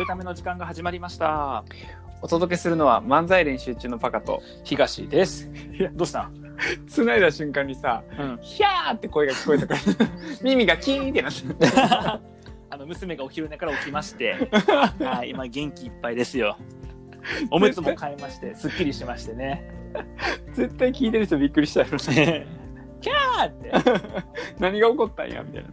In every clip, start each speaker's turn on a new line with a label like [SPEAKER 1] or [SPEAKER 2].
[SPEAKER 1] るための時間が始まりました。
[SPEAKER 2] お届けするのは漫才練習中のパカと
[SPEAKER 1] 東です。いや、 どうした
[SPEAKER 2] 繋いだ瞬間にさ
[SPEAKER 1] うん。
[SPEAKER 2] 「ヒャー!」って声が聞こえた から耳がキーンってなって
[SPEAKER 1] あの、娘がお昼寝から起きま して、はい、今元気いっぱいですよ。おむつも変えまして、すっきりしましてね。
[SPEAKER 2] 絶対聞いてる人びっくりしたや ろ
[SPEAKER 1] キ ャーって。
[SPEAKER 2] 何が起こったんやみたいな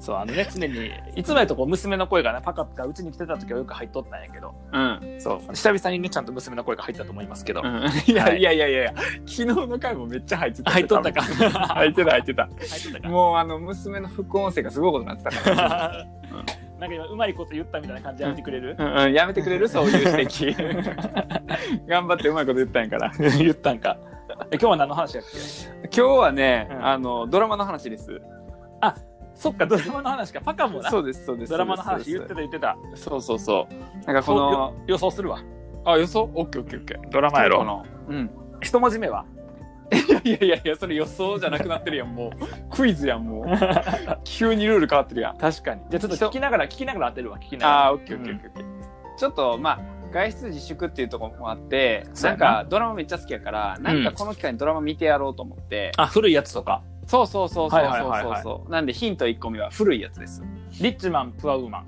[SPEAKER 1] そう、あのね、常に、いつもやとこう娘の声がね、パカがうちに来てた時はよく入っとったんやけど、
[SPEAKER 2] うん、
[SPEAKER 1] そう、久々にね、ちゃんと娘の声が入ったと思いますけど、
[SPEAKER 2] うん、いやいやいやいや昨日の回もめっちゃ入ってた
[SPEAKER 1] 入っとったか。
[SPEAKER 2] 入ってた入ってた
[SPEAKER 1] 入っとったか。
[SPEAKER 2] もうあの娘の副音声がすごいことになってた から
[SPEAKER 1] なんか今うまいこと言ったみたいな感じやめてくれる、
[SPEAKER 2] うんうん、やめてくれるそういう指 摘頑張ってうまいこと言ったんやから
[SPEAKER 1] 言ったんかえ今日は何の話やっけ
[SPEAKER 2] 今日はね、
[SPEAKER 1] うん
[SPEAKER 2] あのドラマの話です
[SPEAKER 1] そっかドラマの話かパカもな
[SPEAKER 2] そうですそうです
[SPEAKER 1] ドラマの話言ってた
[SPEAKER 2] た
[SPEAKER 1] 言ってた
[SPEAKER 2] そうそうそうなんかこの
[SPEAKER 1] 予想するわ
[SPEAKER 2] あ予想オッケーオッケーオッケー
[SPEAKER 1] ドラマやろ
[SPEAKER 2] うん
[SPEAKER 1] 一文字目はい
[SPEAKER 2] やいやいやそれ予想じゃなくなってるやんもう クイズやん もう急にルール変わってるやん
[SPEAKER 1] 確かにじゃあちょっと聞きながら聞きながら当てるわ聞きながら
[SPEAKER 2] あーオッケーオッケーオッケーオッケーちょっとまあ外出自粛っていうところもあって
[SPEAKER 1] そう
[SPEAKER 2] な
[SPEAKER 1] や
[SPEAKER 2] ん
[SPEAKER 1] な
[SPEAKER 2] かドラマめっちゃ好きやから、なんかこの機会にドラマ見てやろうと思って、
[SPEAKER 1] あ古いやつとか
[SPEAKER 2] そうそうそうそうそうそうそう、
[SPEAKER 1] はいはいはいは
[SPEAKER 2] なんでヒント1個目は古いやつです
[SPEAKER 1] リッチマンプアウーマン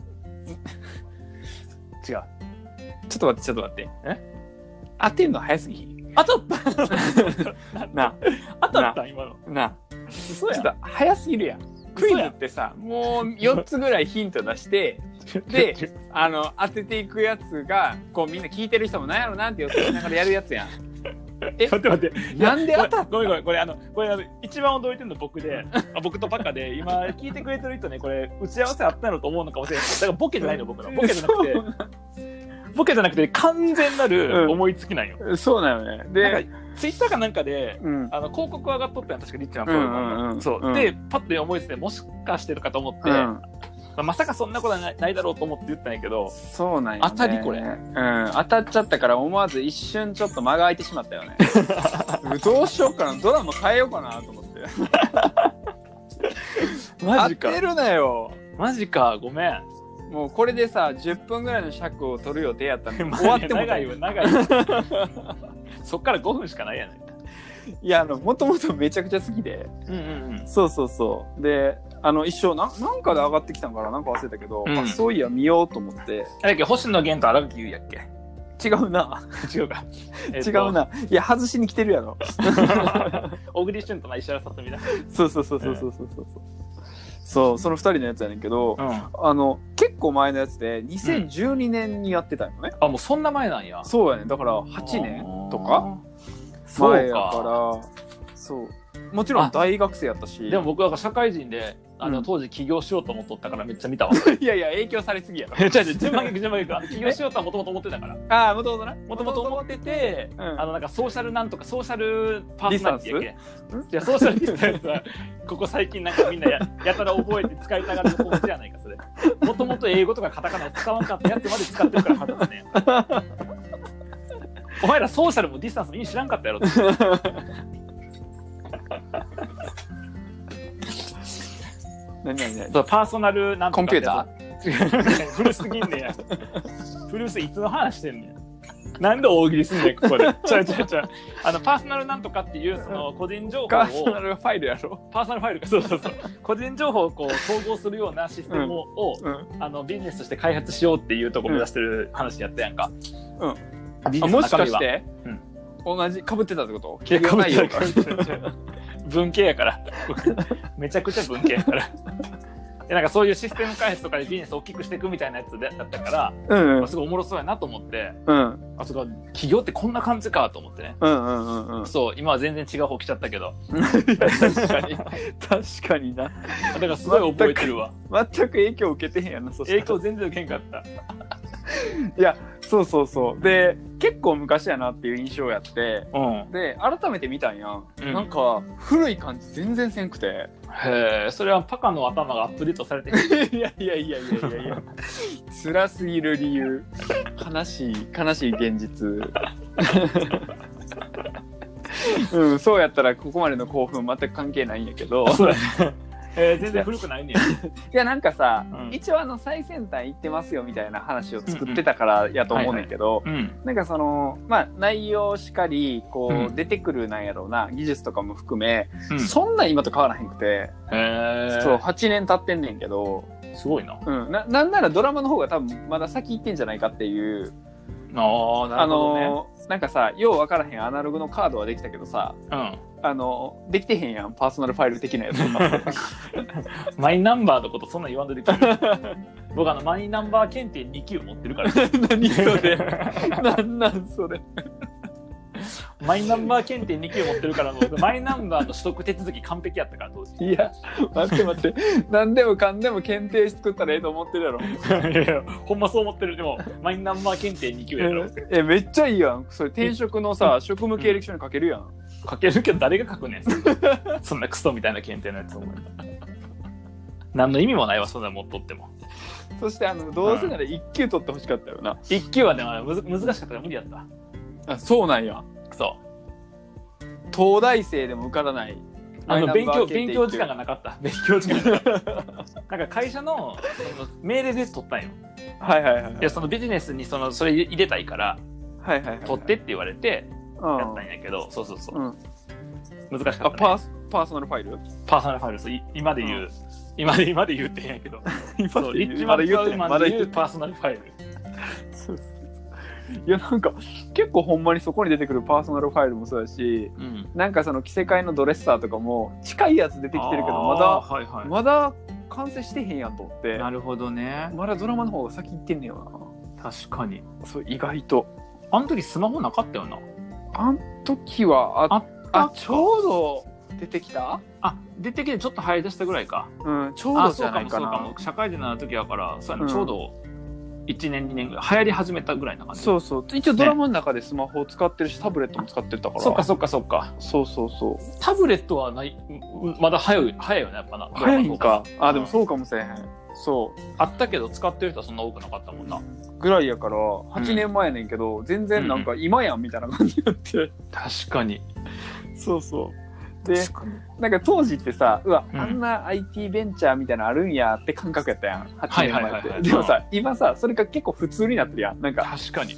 [SPEAKER 1] 違う
[SPEAKER 2] ちょっと待ってちょっと待って
[SPEAKER 1] え
[SPEAKER 2] 当てんの早すぎひん
[SPEAKER 1] 当たった
[SPEAKER 2] な
[SPEAKER 1] 当たった今 の
[SPEAKER 2] な
[SPEAKER 1] 嘘
[SPEAKER 2] ちょ
[SPEAKER 1] や
[SPEAKER 2] っと早すぎるやんクイズってさもう4つぐらいヒント出してであの当てていくやつがこうみんな聞いてる人もなんやろなって予想しながらやるやつやんえ
[SPEAKER 1] 待って待って
[SPEAKER 2] なんで当たっ
[SPEAKER 1] ごめんごめんこれあのこれあの一番驚いてるの僕であ僕とバカで今聞いてくれてる人ねこれ打ち合わせあったのと思うのかもしれないだからボケじゃないの僕のボケじゃな くて
[SPEAKER 2] そう
[SPEAKER 1] ボケじゃなくて完全なる思いつきなんよ、
[SPEAKER 2] そうなのね。
[SPEAKER 1] なん
[SPEAKER 2] で、
[SPEAKER 1] かツイッターかなんかで
[SPEAKER 2] うん。
[SPEAKER 1] あの広告上がっとったやん確かリッチなプ
[SPEAKER 2] う
[SPEAKER 1] ログ
[SPEAKER 2] ん
[SPEAKER 1] ラム
[SPEAKER 2] うんうん。
[SPEAKER 1] そう、
[SPEAKER 2] ん
[SPEAKER 1] で、パッと思いついてもしかしてるかと思って、
[SPEAKER 2] う
[SPEAKER 1] ま
[SPEAKER 2] ん、
[SPEAKER 1] あまさかそんなことはないないだろうと思って言ったんやけど
[SPEAKER 2] そうなんよ、ね。
[SPEAKER 1] 当たりこれ
[SPEAKER 2] うん。当たっちゃったから思わず一瞬ちょっと間が空いてしまっ たよね。どうしようかな。ドラマ変えようかなと思って。当てるなよ。
[SPEAKER 1] マジかごめん
[SPEAKER 2] もうこれでさ、10分ぐらいの尺を取る予定やったのに
[SPEAKER 1] まあ
[SPEAKER 2] 終わっても
[SPEAKER 1] 長いよ長いよ そっから5分しかないやない
[SPEAKER 2] いや、あの、もともとめちゃくちゃ好きで。
[SPEAKER 1] うんうんうん
[SPEAKER 2] そうそうそう。で、あの、一生な、なんかで上がってきたんからなんか忘れたけど、
[SPEAKER 1] うん
[SPEAKER 2] あそういや、見ようと思って。
[SPEAKER 1] あれやっけ星野源と荒木優也やっけ
[SPEAKER 2] 違うな。
[SPEAKER 1] 違うか、えっと
[SPEAKER 2] 違うな。いや、外しに来てるやろ。
[SPEAKER 1] 小栗旬とまあ石原さとみだ
[SPEAKER 2] そうそうそうそうそうそうそう。そう、その二人のやつやねんけど、
[SPEAKER 1] うん
[SPEAKER 2] あの、結構前のやつで、2012年にやってたんよね。
[SPEAKER 1] あもうそんな前なんや
[SPEAKER 2] そうやね。だから、8年とか
[SPEAKER 1] そう
[SPEAKER 2] 前や
[SPEAKER 1] か
[SPEAKER 2] から、そう。もちろ
[SPEAKER 1] あ
[SPEAKER 2] ん大学生やったし。
[SPEAKER 1] でも、僕は社会人であの、
[SPEAKER 2] うん
[SPEAKER 1] 当時起業しようと思っとったからめっちゃ見たわ
[SPEAKER 2] いやいや、影響されすぎやろ。
[SPEAKER 1] 違う違う順番逆 順番逆あの起業しようとはもともと思ってたから
[SPEAKER 2] ああ、もともとな。
[SPEAKER 1] もともと思ってて、
[SPEAKER 2] うん
[SPEAKER 1] あのなんかソーシャルなんとかソーシャルパーソナリティや
[SPEAKER 2] ディスタン
[SPEAKER 1] けじゃソーシャルディスタンスはここ最近なんかみんなややたら覚えて使いたがる方法じゃないかそれもともと英語とかカタカナを使わんかったやつまで使ってるからはずだ ねお前らソーシャルもディスタンスも意味知らんかったやろって
[SPEAKER 2] 何何何
[SPEAKER 1] そうパーソナルなんとか
[SPEAKER 2] コンピュータ
[SPEAKER 1] ー古すぎんねや古すいつの話してんねんなんで大喜利すんねんここでちゃうちゃうちゃうあのパーソナルなんとかっていうその個人情報を
[SPEAKER 2] パーソナルファイルやろ。
[SPEAKER 1] パーソナルファイルかそうそうそう個人情報をこう統合するようなシステムを,を、
[SPEAKER 2] うん。
[SPEAKER 1] あのビジネスとして開発しようっていうところを目指してる話やったやんか、
[SPEAKER 2] うん
[SPEAKER 1] ビジネスの
[SPEAKER 2] あ、もし
[SPEAKER 1] 中
[SPEAKER 2] か
[SPEAKER 1] 身
[SPEAKER 2] し
[SPEAKER 1] は
[SPEAKER 2] て
[SPEAKER 1] うん、
[SPEAKER 2] 同じ、被ってたってこと
[SPEAKER 1] いやかぶっ
[SPEAKER 2] 企業
[SPEAKER 1] て
[SPEAKER 2] 内容が
[SPEAKER 1] る文系やから めちゃくちゃ文系やから でなんかそういうシステム開発とかでビジネスを大きくしていくみたいなやつだったから、
[SPEAKER 2] うんうん
[SPEAKER 1] すごいおもろそうやなと思って
[SPEAKER 2] うん
[SPEAKER 1] あそこ企業ってこんな感じかと思ってね
[SPEAKER 2] うんうんうんうん。
[SPEAKER 1] そう今は全然違う方来ちゃったけど
[SPEAKER 2] 確かに確かにな
[SPEAKER 1] だからすごい覚えてるわ
[SPEAKER 2] 全く影響受けてへんやんなそしたら
[SPEAKER 1] 影響全然受けんかった
[SPEAKER 2] いやそうそうそうで結構昔やなっていう印象やって
[SPEAKER 1] うん
[SPEAKER 2] で改めて見たんやん、
[SPEAKER 1] うん
[SPEAKER 2] なんか古い感じ全然せんくて
[SPEAKER 1] へえ、それはパカの頭がアップデートされてる。
[SPEAKER 2] いやいやいやいやいやいや辛すぎる理由悲しい悲しい現 実うん、そうやったらここまでの興奮全く関係ないんやけど
[SPEAKER 1] そうやえー全然古くないねや。
[SPEAKER 2] いやなんかさ、
[SPEAKER 1] うん
[SPEAKER 2] 一応あの最先端行ってますよみたいな話を作ってたからやと 思うねんけど、
[SPEAKER 1] うん。
[SPEAKER 2] なんかそのまあ内容しかりこう、
[SPEAKER 1] うん
[SPEAKER 2] 出てくるなんやろうな技術とかも含め、
[SPEAKER 1] うん、
[SPEAKER 2] そんな今と変わらへんくて、
[SPEAKER 1] え
[SPEAKER 2] そう8年経ってんねんけど、
[SPEAKER 1] すごいな。あ
[SPEAKER 2] うん、ななんならドラマの方が多分まだ先行ってんじゃないかっていう、
[SPEAKER 1] あ、な
[SPEAKER 2] あ
[SPEAKER 1] るほどね。
[SPEAKER 2] のなんかさよう分からへんアナログのカードはできたけどさあのできてへんやんパーソナルファイル的な やつとか
[SPEAKER 1] うん。マイナンバーのことそんなん言わんとできる。 僕あの、マイナンバー検定2級持ってるから。
[SPEAKER 2] 何そ れなんなんそれ
[SPEAKER 1] マイナンバー検定2級持ってるから、僕、マイナンバーの取得手続き完璧やったから、当時。
[SPEAKER 2] いや待って待 って何でもかんでも検定作ったらええと思ってるやろ
[SPEAKER 1] いやいやほんまそう思ってる。でも、マイナンバー検定2級やろ。
[SPEAKER 2] えめっちゃいいやんそれ転職のさ職務経歴書に書けるやん
[SPEAKER 1] 書けるけど誰が書くねんそんなそんなクソみたいな検定のやつお前何の意味もないわそんなの持っとっても
[SPEAKER 2] そしてあのどうせなら1級取ってほしかったよな
[SPEAKER 1] 一級はでもむず難しかったから無理やった
[SPEAKER 2] あそうなんや
[SPEAKER 1] クソ
[SPEAKER 2] 東大生でも受からない
[SPEAKER 1] あの
[SPEAKER 2] マイ
[SPEAKER 1] 勉
[SPEAKER 2] ナンバ
[SPEAKER 1] 強
[SPEAKER 2] ー検
[SPEAKER 1] 勉
[SPEAKER 2] 定
[SPEAKER 1] 強時間がなか った勉強時間が なんか会社のその命令で取ったんよ
[SPEAKER 2] はいはいはい
[SPEAKER 1] いやそのビジネスにそのそれ入れたいから
[SPEAKER 2] はいはいはい
[SPEAKER 1] 取ってって言われて
[SPEAKER 2] うん
[SPEAKER 1] やったんやけど、そうそうそううん難しか
[SPEAKER 2] あ
[SPEAKER 1] った、ね、
[SPEAKER 2] パースパーソナルファイル
[SPEAKER 1] パーソナルファイルそうい今で言う、
[SPEAKER 2] うん
[SPEAKER 1] 今で今で言うってんやけど
[SPEAKER 2] 今
[SPEAKER 1] そうリッチマン・トラウマンで言うパーソナルファイル
[SPEAKER 2] いやなんか結構ほんまにそこに出てくるパーソナルファイルもそうだし
[SPEAKER 1] うん
[SPEAKER 2] なんかその着せ替えのドレッサーとかも近いやつ出てきてるけどま
[SPEAKER 1] あ
[SPEAKER 2] だ
[SPEAKER 1] ーはいはい
[SPEAKER 2] まだ完成してへんやんと思って
[SPEAKER 1] なるほどね
[SPEAKER 2] まだドラマの方が先行ってんねんよ
[SPEAKER 1] 確かに
[SPEAKER 2] なそう意外と
[SPEAKER 1] あの時スマホなかったよな
[SPEAKER 2] あん時はあ
[SPEAKER 1] あ
[SPEAKER 2] あ
[SPEAKER 1] あ
[SPEAKER 2] ちょうど出てきた
[SPEAKER 1] あ出てきてちょっと入り出したぐらいか
[SPEAKER 2] うんちょう
[SPEAKER 1] あ
[SPEAKER 2] ど
[SPEAKER 1] そ
[SPEAKER 2] じ
[SPEAKER 1] う
[SPEAKER 2] ゃな
[SPEAKER 1] か
[SPEAKER 2] い
[SPEAKER 1] もそ
[SPEAKER 2] か
[SPEAKER 1] う
[SPEAKER 2] な
[SPEAKER 1] かも社会人になる時やからそうやな
[SPEAKER 2] うん
[SPEAKER 1] ちょうど1年2年ぐらい流行り始めたぐらいな感じ
[SPEAKER 2] そうそう一応ドラマの中でスマホを使ってるし、タブレットも使ってたから
[SPEAKER 1] そっかそっかそっか
[SPEAKER 2] そうそうそう
[SPEAKER 1] タブレットはないうまだ早い早いよねやっぱな
[SPEAKER 2] 早いんかあで
[SPEAKER 1] う
[SPEAKER 2] も
[SPEAKER 1] ん
[SPEAKER 2] そうかもしれへんそ
[SPEAKER 1] あったけど使ってる人はそんな多くなかったもんな
[SPEAKER 2] うぐらいやから8年前やねんけど、全然なんか今やんみたいな感じになって、
[SPEAKER 1] 確かに
[SPEAKER 2] そうそうでなんか当時ってさうわ、
[SPEAKER 1] うん
[SPEAKER 2] あんな IT ベンチャーみたいなのあるんやって感覚やったやん8
[SPEAKER 1] はい
[SPEAKER 2] 年
[SPEAKER 1] はい
[SPEAKER 2] 前
[SPEAKER 1] は
[SPEAKER 2] っ
[SPEAKER 1] いはい
[SPEAKER 2] てでもさ今さそれが結構普通になってるやんなんか
[SPEAKER 1] 確かに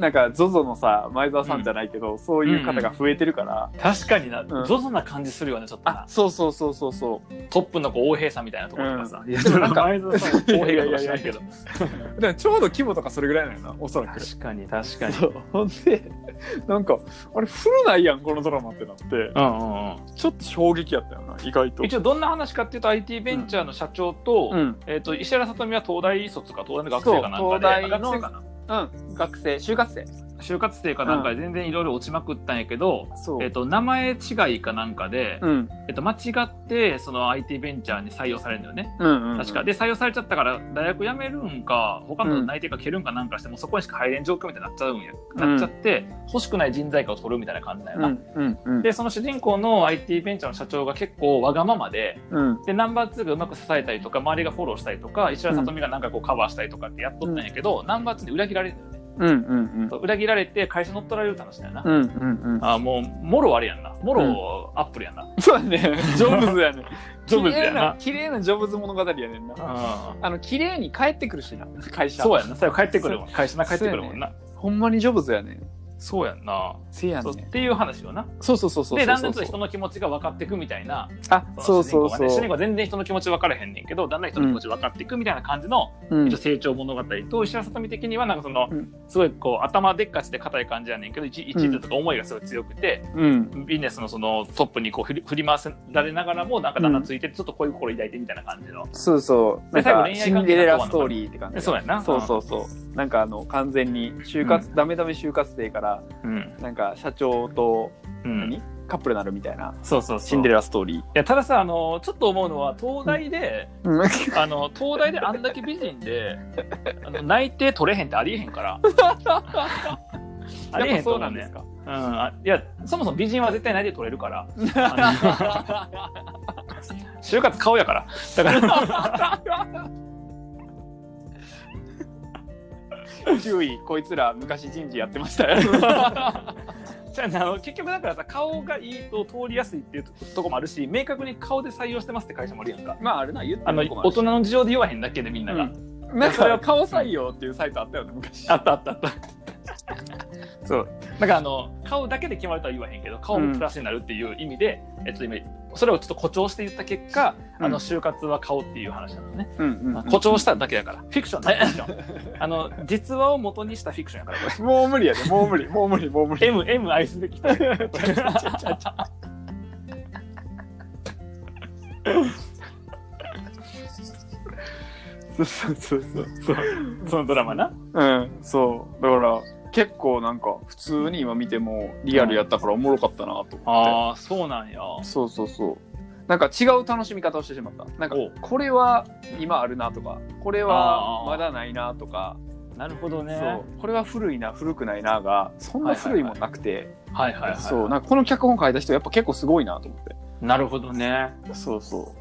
[SPEAKER 2] なんか ZOZO のさ前澤さんじゃないけど、そういう方が増えてるから、
[SPEAKER 1] 確かにな
[SPEAKER 2] うん
[SPEAKER 1] ゾゾな感じするよねちょっと
[SPEAKER 2] あ
[SPEAKER 1] な
[SPEAKER 2] そうそうそうそうそう
[SPEAKER 1] トップの子大平さんみたいなところとかさ
[SPEAKER 2] うんいやでもなんか
[SPEAKER 1] 前澤さんは大平かもしれないけ ど
[SPEAKER 2] だからちょうど規模とかそれぐらいなのよなおそらく
[SPEAKER 1] 確かに確かに
[SPEAKER 2] そう ほんでなんかあれ古ないやんこのドラマってなって
[SPEAKER 1] うんうんうん
[SPEAKER 2] ちょっと衝撃やったよな意外と
[SPEAKER 1] 一応どんな話かっていうと IT ベンチャーの社長と,、
[SPEAKER 2] うん、
[SPEAKER 1] えー、と石原さとみは東大卒か東大の学生かなんかで
[SPEAKER 2] そう東大
[SPEAKER 1] あ
[SPEAKER 2] の
[SPEAKER 1] 学生かな
[SPEAKER 2] うん、学生就活生
[SPEAKER 1] 就活生かなんかで全然いろいろ落ちまくったんやけど、
[SPEAKER 2] そう
[SPEAKER 1] えー、と名前違いかなんかで、
[SPEAKER 2] うん
[SPEAKER 1] えー、と間違ってその IT ベンチャーに採用されるんだよね
[SPEAKER 2] うんうんうん
[SPEAKER 1] 確か、で採用されちゃったから大学辞めるんか他の内定か蹴るんかなんかしてもうそこにしか入れん状況みたいになっちゃうんや、
[SPEAKER 2] う
[SPEAKER 1] な
[SPEAKER 2] ん
[SPEAKER 1] っちゃって欲しくない人材化を取るみたいな感じだよ
[SPEAKER 2] うん
[SPEAKER 1] な、
[SPEAKER 2] うんうん
[SPEAKER 1] でその主人公の IT ベンチャーの社長が結構わがままで、
[SPEAKER 2] うん
[SPEAKER 1] でナンバー2がうまく支えたりとか周りがフォローしたりとか石原さとみがなんかこうカバーしたりとかってやっとったんやけど、ナンバー2に裏切られるんだよね
[SPEAKER 2] うんうん
[SPEAKER 1] そう裏切られて会社乗っ取られるって話だよな、
[SPEAKER 2] うんうんうん
[SPEAKER 1] あーもうもろあれやんなもろアップルやんな、
[SPEAKER 2] そうだね ジョブズや ね
[SPEAKER 1] ジョブズやな
[SPEAKER 2] 綺麗な綺麗なジョブズ物語やねんな
[SPEAKER 1] うん
[SPEAKER 2] あの綺麗に帰ってくるしな会社
[SPEAKER 1] そうやんな最後帰ってくるもん会社な帰ってくるもんな
[SPEAKER 2] ほんまにジョブズやねん
[SPEAKER 1] そうやんな、
[SPEAKER 2] せや
[SPEAKER 1] そうっ
[SPEAKER 2] ね
[SPEAKER 1] ていう話よな
[SPEAKER 2] そうそうそうそうそう
[SPEAKER 1] でだんだんちょっと人の気持ちが分かっていくみたいな
[SPEAKER 2] あそう
[SPEAKER 1] 主人
[SPEAKER 2] そう
[SPEAKER 1] 公が
[SPEAKER 2] そ
[SPEAKER 1] ね
[SPEAKER 2] う
[SPEAKER 1] 主人公は全然人の気持ち分からへんねんけどだんだん人の気持ち分かっていくみたいな感じの、
[SPEAKER 2] うん
[SPEAKER 1] 一応成長物語と石原さとみ的にはなんかその、
[SPEAKER 2] うん
[SPEAKER 1] すごいこう頭でっかちで硬い感じやねんけど一一途とか思いがすごい強くて、
[SPEAKER 2] うん
[SPEAKER 1] ビジネスのそのトップにこう振り振り回せられながらもなんかだんだんついてちょっと恋心抱いてみたいな感じの、
[SPEAKER 2] そうそう。
[SPEAKER 1] で
[SPEAKER 2] なんか
[SPEAKER 1] 最後恋愛関係
[SPEAKER 2] シンデレラストーリーって感じ。
[SPEAKER 1] そうやな
[SPEAKER 2] そうそうそう。なんかあの完全に就活、ダメダメ就活生から
[SPEAKER 1] うん、
[SPEAKER 2] なんか社長と
[SPEAKER 1] うん、
[SPEAKER 2] 何カップルになるみたいな
[SPEAKER 1] そうそうそう
[SPEAKER 2] シンデレラストーリー。
[SPEAKER 1] いやたださあのちょっと思うのは東大で、
[SPEAKER 2] うん、
[SPEAKER 1] あの東大であんだけ美人 であの内定取れへんってありえへんからありえへんと
[SPEAKER 2] そう
[SPEAKER 1] 思
[SPEAKER 2] な
[SPEAKER 1] うん
[SPEAKER 2] で
[SPEAKER 1] ね
[SPEAKER 2] すか。
[SPEAKER 1] うんあいやそもそも美人は絶対内定取れるから あの就活顔やからだから
[SPEAKER 2] 注意、こいつら昔人事やってましたよ。
[SPEAKER 1] じゃあねあの結局だからさ顔がいいと通りやすいっていうととこもあるし明確に顔で採用してますって会社もあるやんか
[SPEAKER 2] まああるな言って
[SPEAKER 1] あの
[SPEAKER 2] るとこもあ
[SPEAKER 1] 大
[SPEAKER 2] るし
[SPEAKER 1] 人の事情で言わへんだけでみんなが、
[SPEAKER 2] うんなんか顔採用っていうサイトあったよね昔
[SPEAKER 1] あったあったあ ったそうなんかあの顔だけで決まるとは言わへんけど顔もプラスになるっていう意味で、えっと今それをちょっと誇張して言った結果、
[SPEAKER 2] うん
[SPEAKER 1] あの就活は顔っていう話なのね、
[SPEAKER 2] うんうんうん
[SPEAKER 1] 誇張しただけだからフィクションだフィクションあの実話を元にしたフィクションや からこれ
[SPEAKER 2] もう無理やでもう無理もう無理もう無理
[SPEAKER 1] M, M 愛すべき
[SPEAKER 2] そうそうそうそう
[SPEAKER 1] そのドラマな
[SPEAKER 2] うんそうだから結構なんか普通に今見てもリアルやったからおもろかったなと思っ
[SPEAKER 1] ああそうなんや
[SPEAKER 2] てそうそうそうなんか違う楽しみ方をしてしまったなんか
[SPEAKER 1] お
[SPEAKER 2] これは今あるなとかこれはまだないなとか
[SPEAKER 1] なるほどね
[SPEAKER 2] そうこれは古いな古くないながそんな古いもんなくて
[SPEAKER 1] はいはいはい
[SPEAKER 2] そうなんかこの脚本書いた人やっぱ結構すごいなと思って
[SPEAKER 1] なるほどね
[SPEAKER 2] そうそ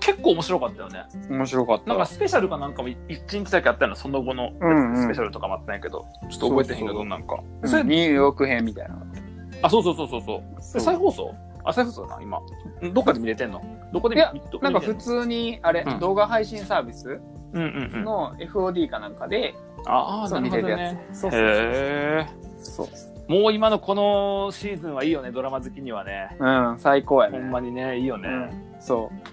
[SPEAKER 1] 結構面白かったよね
[SPEAKER 2] う面白かった
[SPEAKER 1] なんかスペシャルかなんかもい一日だけあったようなその後のやつ
[SPEAKER 2] うんうん
[SPEAKER 1] スペシャルとかもあったんやけど、ちょっと覚えてへんけ
[SPEAKER 2] そうそう
[SPEAKER 1] どどんなんか
[SPEAKER 2] うん
[SPEAKER 1] それ
[SPEAKER 2] ニューヨーク編みたいな
[SPEAKER 1] あそうそうそうそうそうえ再放送あ再放送だな今んどっかで見れてんのどこで見
[SPEAKER 2] いや
[SPEAKER 1] どこ
[SPEAKER 2] な
[SPEAKER 1] で見
[SPEAKER 2] んか
[SPEAKER 1] れて
[SPEAKER 2] 普
[SPEAKER 1] の
[SPEAKER 2] 通にあれ、
[SPEAKER 1] うん
[SPEAKER 2] 動画配信サービス
[SPEAKER 1] うんうんうん
[SPEAKER 2] の FOD かなんかで、
[SPEAKER 1] ああ
[SPEAKER 2] そう
[SPEAKER 1] なるほど
[SPEAKER 2] 見れる
[SPEAKER 1] ね
[SPEAKER 2] そう
[SPEAKER 1] へえ
[SPEAKER 2] そう
[SPEAKER 1] もう今のこのシーズンはいいよねドラマ好きにはね
[SPEAKER 2] うん最高やね
[SPEAKER 1] ほんまにねいいよね、
[SPEAKER 2] うんそう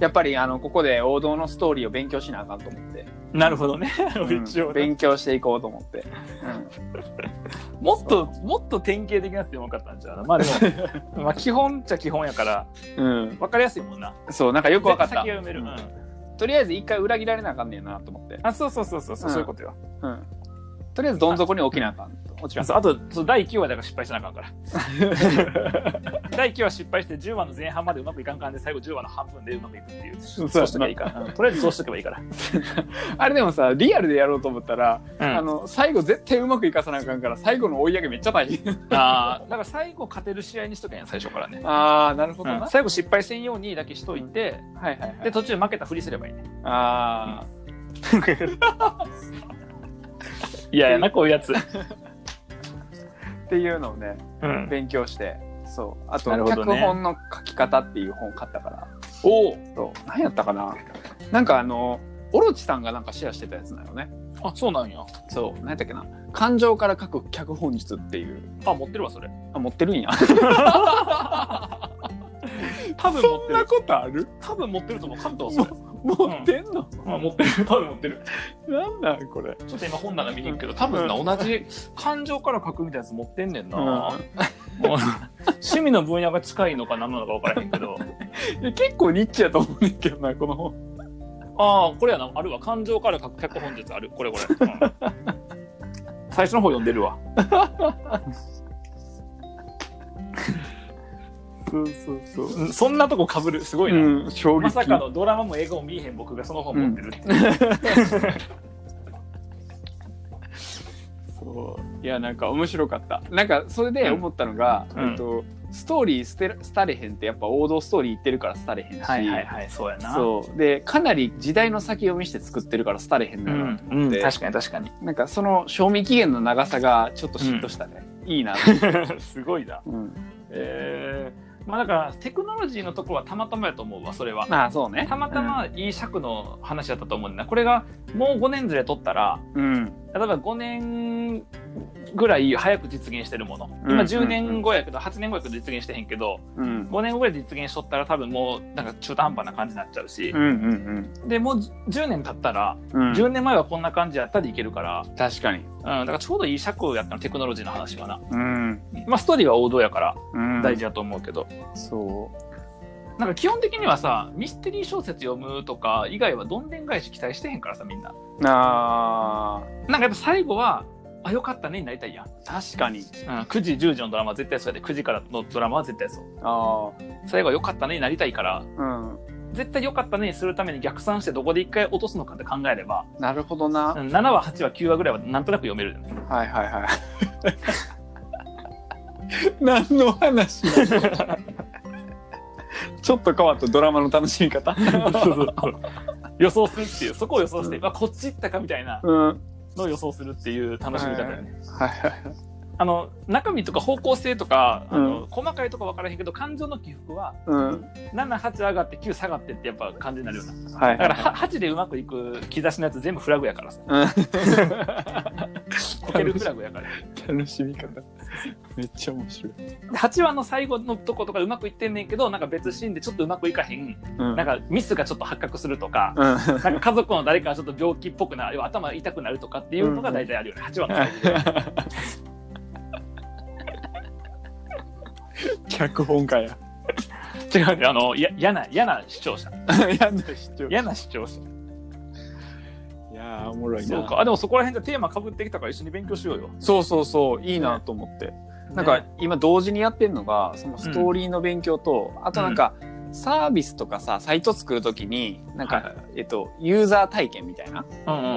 [SPEAKER 2] やっぱりあのここで王道のストーリーを勉強しなあかんと思って、
[SPEAKER 1] なるほどね
[SPEAKER 2] うん
[SPEAKER 1] 一応ね
[SPEAKER 2] 勉強していこうと思って、
[SPEAKER 1] もっともっと典型的なやつでもよかったんじゃうなまあで もまあ基本っちゃ基本やから
[SPEAKER 2] うん、うん
[SPEAKER 1] 分かりやすいもんな
[SPEAKER 2] そうなんかよくわかっ
[SPEAKER 1] 先
[SPEAKER 2] た
[SPEAKER 1] は読める、
[SPEAKER 2] う
[SPEAKER 1] うんん
[SPEAKER 2] とりあえず一回裏切られなあかんねんなと思って、
[SPEAKER 1] あそうそうそうそう、う
[SPEAKER 2] うん
[SPEAKER 1] そういうことよ
[SPEAKER 2] うん、とりあえずどん底に起きなあかんと落ち
[SPEAKER 1] あ
[SPEAKER 2] な
[SPEAKER 1] そうあとそう第9話だから失敗しなあかんから 第9話失敗して10話の前半までうまくいかんかんで最後10話の半分でうまくいくっていうそううしとけばいいから、うんとりあえずそうしとけばいいから、
[SPEAKER 2] あれでもさリアルでやろうと思ったら、あ
[SPEAKER 1] あの
[SPEAKER 2] の最後絶対うまくいかさなあかんから最後の追い上げめっちゃ大変
[SPEAKER 1] あーだから最後勝てる試合にしとけんや最初からね、
[SPEAKER 2] ああなるほど
[SPEAKER 1] う
[SPEAKER 2] な、
[SPEAKER 1] ん最後失敗せんようにだけしといて、
[SPEAKER 2] はいはいはい
[SPEAKER 1] で途中負けたふりすればいいね
[SPEAKER 2] あ
[SPEAKER 1] いやいやなこういうやつ、
[SPEAKER 2] あっていうのをね
[SPEAKER 1] うん、
[SPEAKER 2] 勉強してそうあと、
[SPEAKER 1] なるほど
[SPEAKER 2] 脚
[SPEAKER 1] ね
[SPEAKER 2] 本の書き方っていう本買ったから
[SPEAKER 1] おお
[SPEAKER 2] そう何やったかななんかあのオロチさんがなんかシェアしてたやつなのね
[SPEAKER 1] あそうなんや
[SPEAKER 2] そう何やったっけな感情から書く脚本術っていう
[SPEAKER 1] あ持ってるわそれ
[SPEAKER 2] あ持ってるん や
[SPEAKER 1] 多分持ってる
[SPEAKER 2] ことある
[SPEAKER 1] 多分持ってると思う関東はそれ
[SPEAKER 2] 持ってんの、
[SPEAKER 1] あ持ってる多分持ってる
[SPEAKER 2] なんなんこれ
[SPEAKER 1] ちょっと今本棚見に行くけど多分な同じ感情から書くみたいなやつ持ってんねんな、
[SPEAKER 2] うん
[SPEAKER 1] もう趣味の分野が近いのか何なのか分からへんけど
[SPEAKER 2] いや結構ニッチやと思うねんけどなこの本
[SPEAKER 1] ああこれやなあるわ感情から書く脚本術あるこれこれ、うん最初の方読んでるわ
[SPEAKER 2] そうそうそ
[SPEAKER 1] うんそんなとこかぶるすごいな、
[SPEAKER 2] うん、衝撃
[SPEAKER 1] まさかのドラマも映画も見えへん僕がその本持ってるって、
[SPEAKER 2] そういやなんか面白かったなんかそれで思ったのが、
[SPEAKER 1] うん
[SPEAKER 2] えっと、ストーリー捨て廃れへんってやっぱ王道ストーリー言ってるから廃れへんし、
[SPEAKER 1] はいそうや
[SPEAKER 2] そうでかなり時代の先読みして作ってるから廃れへん
[SPEAKER 1] う
[SPEAKER 2] のよ、
[SPEAKER 1] ん、うん、確かに確かに
[SPEAKER 2] なんかその賞味期限の長さがちょっと嫉妬したね、いい な、
[SPEAKER 1] すごいな
[SPEAKER 2] うん、
[SPEAKER 1] えー、まあだからテクノロジーのところはたまたまやと思うわそれは
[SPEAKER 2] まあそうね
[SPEAKER 1] たまたまいい尺の話だったと思うんだなこれがもう5年ずれ取ったら
[SPEAKER 2] うん
[SPEAKER 1] 例えば5年ぐらい早く実現してるもの
[SPEAKER 2] うんうん
[SPEAKER 1] 今10年後やけど8年後やけど実現してへんけど
[SPEAKER 2] うん
[SPEAKER 1] 5年後ぐらいで実現しとったら多分もうなんか中途半端な感じになっちゃうし
[SPEAKER 2] うんうん
[SPEAKER 1] でもう10年経ったら
[SPEAKER 2] うんう
[SPEAKER 1] 10年前はこんな感じやったでいけるから、
[SPEAKER 2] ん確かに
[SPEAKER 1] うん、だからちょうどいい尺やったのテクノロジーの話はな、
[SPEAKER 2] うん、
[SPEAKER 1] まあ、ストーリーは王道やから
[SPEAKER 2] うん、
[SPEAKER 1] 大事だと思うけど、
[SPEAKER 2] そ
[SPEAKER 1] なんか基本的にはさミステリー小説読むとか以外はどんでん返し期待してへんからさみんな
[SPEAKER 2] うあ
[SPEAKER 1] なんかやっぱ最後はあよかったねになりたいやん、
[SPEAKER 2] ー確かに
[SPEAKER 1] うん、9時10時のドラマは絶対そうやで9時からのドラマは絶対そう
[SPEAKER 2] あ
[SPEAKER 1] 最後はよかったねになりたいから
[SPEAKER 2] あうん
[SPEAKER 1] 絶対よかったねにするために逆算してどこで一回落とすのかって考えれば、
[SPEAKER 2] なるほどな、
[SPEAKER 1] うん、7話8話9話ぐらいはなんとなく読めるじゃない
[SPEAKER 2] はいはいはい何の話ちょっと変わったドラマの楽しみ方
[SPEAKER 1] 予想するっていうそこを予想して、まあ、こっち行ったかみたいな
[SPEAKER 2] うんはい
[SPEAKER 1] のを予想するっていう楽しみ方よね、
[SPEAKER 2] はいはい
[SPEAKER 1] あの中身とか方向性とか、あ
[SPEAKER 2] う
[SPEAKER 1] の細かいとこ分からへんけど感情の起伏は
[SPEAKER 2] うん。はい
[SPEAKER 1] 78上がって9下がってってやっぱ感じになるよな
[SPEAKER 2] はい。
[SPEAKER 1] だからは8でうまくいく兆しのやつ全部フラグやからさ
[SPEAKER 2] うん
[SPEAKER 1] こけるフラグやから
[SPEAKER 2] 楽しみ方。めっちゃ面白い。
[SPEAKER 1] 8話の最後のとことかうまくいってんねんけどなんか別シーンでちょっとうまくいかへん
[SPEAKER 2] うん。
[SPEAKER 1] なんかミスがちょっと発覚するとか
[SPEAKER 2] うん。
[SPEAKER 1] なんか家族の誰かがちょっと病気っぽくな要は頭痛くなるとかっていうのが大体あるよね8話の最後
[SPEAKER 2] 脚本家や。
[SPEAKER 1] 違うねあのや嫌な嫌な視聴者
[SPEAKER 2] やな視聴いや
[SPEAKER 1] 嫌な視聴者
[SPEAKER 2] ー、おもろいな。
[SPEAKER 1] そうかあでもそこら辺でテーマかぶってきたから一緒に勉強しようよ
[SPEAKER 2] そうそうそう、いいなと思って。なんか今同時にやってるのが、そのストーリーの勉強と、あとなんか、サービスとかさ、サイト作るときに、なんか、
[SPEAKER 1] は
[SPEAKER 2] えっと、ユーザー体験みたいな、
[SPEAKER 1] うん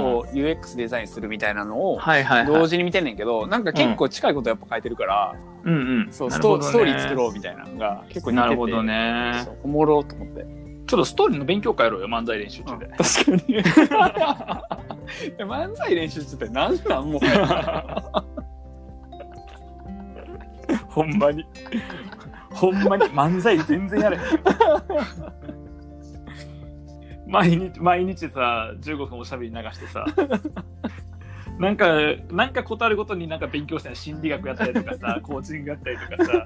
[SPEAKER 2] こう、UX デザインするみたいなのを、
[SPEAKER 1] はいはい
[SPEAKER 2] 同時に見てんねんけど、なんか結構近いことやっぱ書いてるから、
[SPEAKER 1] うんうん
[SPEAKER 2] そう、ストストーリー作ろ
[SPEAKER 1] う
[SPEAKER 2] うみたいなのが結構似てて
[SPEAKER 1] なるほど。ね
[SPEAKER 2] そうおもろと思って。
[SPEAKER 1] ちょっとストーリーの勉強会やろうよ漫才練習中で
[SPEAKER 2] 確かに。いや漫才練習中って何なんもう。
[SPEAKER 1] ほんまに。ほんまに漫才全然やれへん。毎日、毎日さ、15分おしゃべり流してさ。なんか、なんかことあるごとになんか勉強したり、心理学やったりとかさ、コーチングやったりとかさ、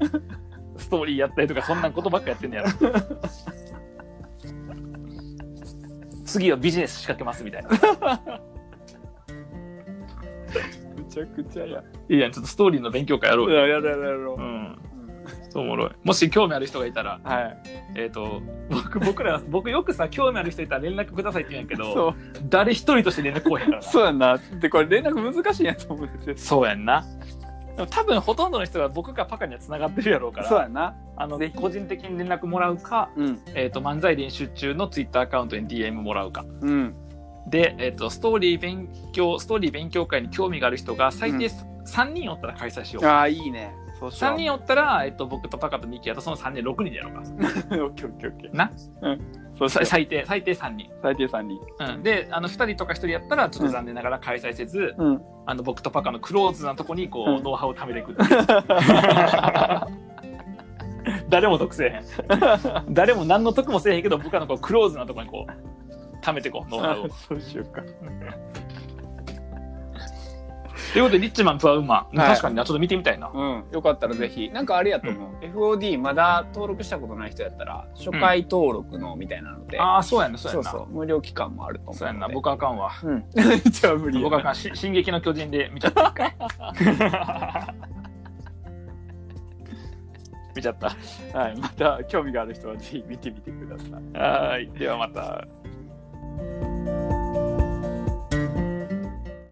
[SPEAKER 1] ストーリーやったりとか、そんなことばっかやってんのやろ。次はビジネス仕掛けますみたいな。
[SPEAKER 2] めちゃくちゃや。
[SPEAKER 1] いいやん、ちょっとストーリーの勉強会やろうよ。
[SPEAKER 2] やだやだやろ
[SPEAKER 1] う
[SPEAKER 2] う。
[SPEAKER 1] ん。そうおもろい。もし興味ある人がいたら、
[SPEAKER 2] はい。
[SPEAKER 1] えっ、と、僕、僕ら、僕よくさ、興味ある人いたら連絡くださいって言うんやけど、
[SPEAKER 2] そう。
[SPEAKER 1] 誰一人として連絡来おへんからな。
[SPEAKER 2] そうやんな。で、これ連絡難しいんやと思うんですよ。
[SPEAKER 1] そうやんな。でも多分ほとんどの人が僕かパカには繋がってるやろうから、
[SPEAKER 2] そうやんな。
[SPEAKER 1] あの
[SPEAKER 2] ぜひ
[SPEAKER 1] 個人的に連絡もらうか、
[SPEAKER 2] うん。
[SPEAKER 1] えっと漫才練習中のツイッターアカウントに DM もらうか
[SPEAKER 2] うん。
[SPEAKER 1] で、えっとストーリー勉強ストーリー勉強会に興味がある人が最低3人おったら開催しよう、
[SPEAKER 2] ああ、いいね。そうしよう。
[SPEAKER 1] 3人おったら、えっと僕とパカとミキやとその3人6人でやろうか
[SPEAKER 2] オッケーオッケーオッケー。
[SPEAKER 1] な
[SPEAKER 2] うん。そうしよ
[SPEAKER 1] さ
[SPEAKER 2] う
[SPEAKER 1] 最低最低3人、
[SPEAKER 2] 最低3人。
[SPEAKER 1] うん、であの2人とか1人やったらちょっと残念ながら開催せず、
[SPEAKER 2] うん。
[SPEAKER 1] あの僕とパカのクローズなとこにこう、
[SPEAKER 2] うん
[SPEAKER 1] ノウハウを貯めていくっていう 誰も得せえへん誰も何の得もせえへんけど僕らのこうクローズなとこにこう貯めていこうノウハウを。
[SPEAKER 2] そうしようか。
[SPEAKER 1] ということでリッチマンプアウーマン、
[SPEAKER 2] はい
[SPEAKER 1] 確かになちょっと見てみたいな。
[SPEAKER 2] うん。よかったらぜひ。なんかあれやと思う。FOD まだ登録したことない人やったら、初回登録のみたいなので。
[SPEAKER 1] ああそうやんなそうやん
[SPEAKER 2] そう
[SPEAKER 1] な。
[SPEAKER 2] そ
[SPEAKER 1] そう
[SPEAKER 2] う。無料期間もあると思うので。
[SPEAKER 1] やんな僕あかんわ。
[SPEAKER 2] うん。 じゃあ無理や
[SPEAKER 1] 僕あかんし進撃の巨人で見ちゃった。 見ちゃった。
[SPEAKER 2] はい。また興味がある人はぜひ見てみてください。
[SPEAKER 1] はーいではまた。